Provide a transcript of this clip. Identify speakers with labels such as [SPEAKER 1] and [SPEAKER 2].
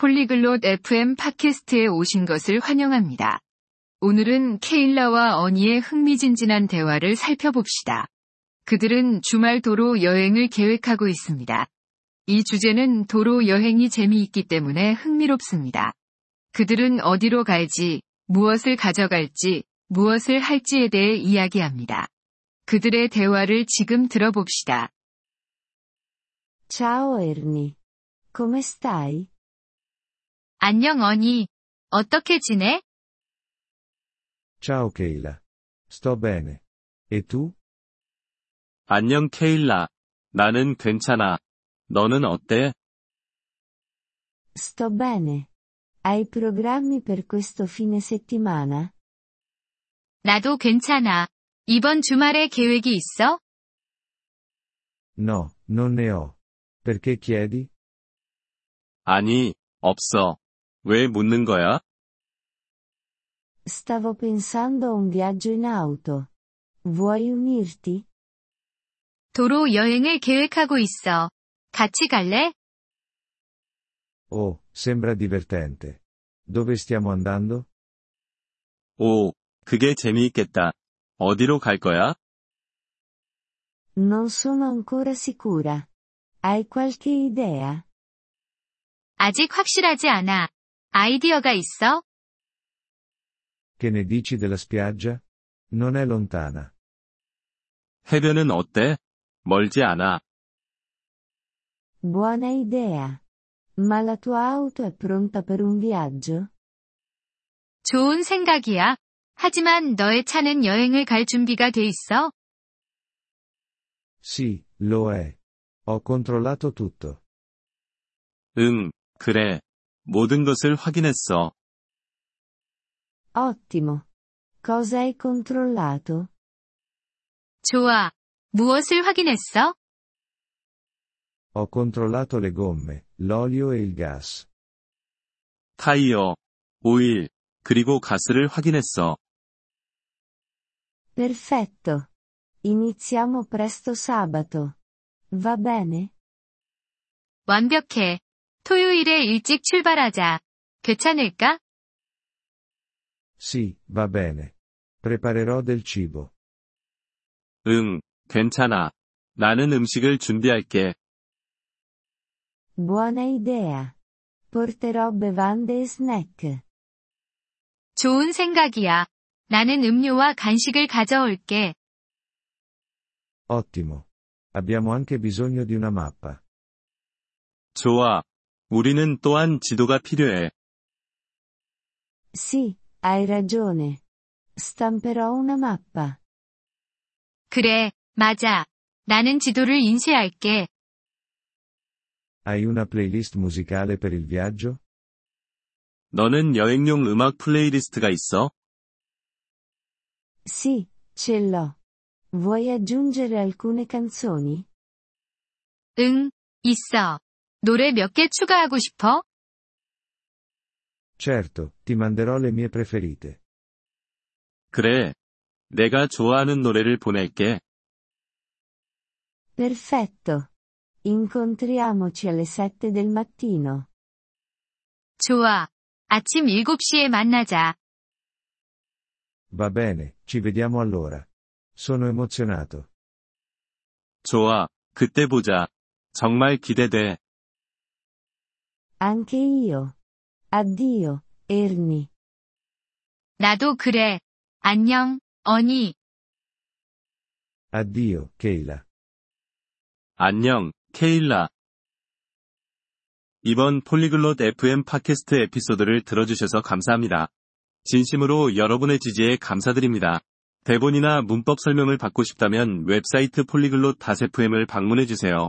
[SPEAKER 1] 폴리글롯 FM 팟캐스트에 오신 것을 환영합니다. 오늘은 케일라와 어니의 흥미진진한 대화를 살펴봅시다. 그들은 주말 도로 여행을 계획하고 있습니다. 이 주제는 도로 여행이 재미있기 때문에 흥미롭습니다. 그들은 어디로 갈지, 무엇을 가져갈지, 무엇을 할지에 대해 이야기합니다. 그들의 대화를 지금 들어봅시다.
[SPEAKER 2] Ciao Ernie. Come stai?
[SPEAKER 1] 안녕 어니. 어떻게 지내?
[SPEAKER 3] Ciao Keila. Sto bene. E tu?
[SPEAKER 4] 안녕 케일라. 나는 괜찮아. 너는 어때?
[SPEAKER 2] Sto bene. Hai programmi per questo fine settimana?
[SPEAKER 1] 나도 괜찮아. 이번 주말에 계획이 있어?
[SPEAKER 3] No, non ne ho. Perché chiedi?
[SPEAKER 4] 아니, 없어. 왜 묻는 거야?
[SPEAKER 2] Stavo pensando a un viaggio in auto. Vuoi unirti?
[SPEAKER 1] 도로 여행을 계획하고 있어. 같이 갈래?
[SPEAKER 3] Oh, sembra divertente. Dove stiamo andando?
[SPEAKER 4] 오, 그게 재미있겠다. 어디로 갈 거야?
[SPEAKER 2] Non sono ancora sicura. Hai qualche idea?
[SPEAKER 1] 아직 확실하지 않아. 아이디어가 있어?
[SPEAKER 3] Che ne dici della spiaggia? Non è lontana.
[SPEAKER 4] 해변은 어때? 멀지 않아.
[SPEAKER 2] Buona idea. Ma la tua auto è pronta per un viaggio?
[SPEAKER 1] 좋은 생각이야. 하지만 너의 차는 여행을 갈 준비가 돼 있어?
[SPEAKER 3] Sì, lo è. Ho controllato tutto.
[SPEAKER 4] 응, 그래. 모든 것을 확인했어.
[SPEAKER 2] Ottimo. Cosa hai controllato?
[SPEAKER 1] 좋아. 무엇을 확인했어?
[SPEAKER 3] Ho controllato le gomme, l'olio e il gas.
[SPEAKER 4] 타이어, 오일, 그리고 가스를 확인했어.
[SPEAKER 2] Perfetto. Iniziamo presto sabato. Va bene?
[SPEAKER 1] 완벽해. 토요일에 일찍 출발하자. 괜찮을까?
[SPEAKER 3] Sì, va bene. Preparerò del cibo.
[SPEAKER 4] 응, 괜찮아. 나는 음식을 준비할게.
[SPEAKER 2] Buona idea. Porterò bevande e snack.
[SPEAKER 1] 좋은 생각이야. 나는 음료와 간식을 가져올게.
[SPEAKER 3] Ottimo. Abbiamo anche bisogno di una mappa.
[SPEAKER 4] 좋아. 우리는 또한 지도가 필요해.
[SPEAKER 2] Sì, hai ragione. Stamperò una mappa.
[SPEAKER 1] 그래, 맞아. 나는 지도를 인쇄할게.
[SPEAKER 3] Hai una playlist musicale per il viaggio?
[SPEAKER 4] 너는 여행용 음악 플레이리스트가 있어?
[SPEAKER 2] Sì, ce l'ho. Vuoi aggiungere alcune canzoni?
[SPEAKER 1] 응, 있어. 노래 몇 개 추가하고 싶어?
[SPEAKER 3] Certo, ti manderò le mie preferite.
[SPEAKER 4] 그래. 내가 좋아하는 노래를 보낼게.
[SPEAKER 2] Perfetto. Incontriamoci alle 7 del mattino.
[SPEAKER 1] 좋아. 아침 7시에 만나자.
[SPEAKER 3] Va bene, ci vediamo allora. Sono emozionato.
[SPEAKER 4] 좋아. 그때 보자. 정말 기대돼.
[SPEAKER 2] Anche io. Addio, Ernie.
[SPEAKER 1] 나도 그래. 안녕, 언니.
[SPEAKER 3] Addio, Keila.
[SPEAKER 4] 안녕, 케일라. 이번 폴리글롯 FM 팟캐스트 에피소드를 들어주셔서 감사합니다. 진심으로 여러분의 지지에 감사드립니다. 대본이나 문법 설명을 받고 싶다면 웹사이트 폴리글롯 FM을 방문해주세요.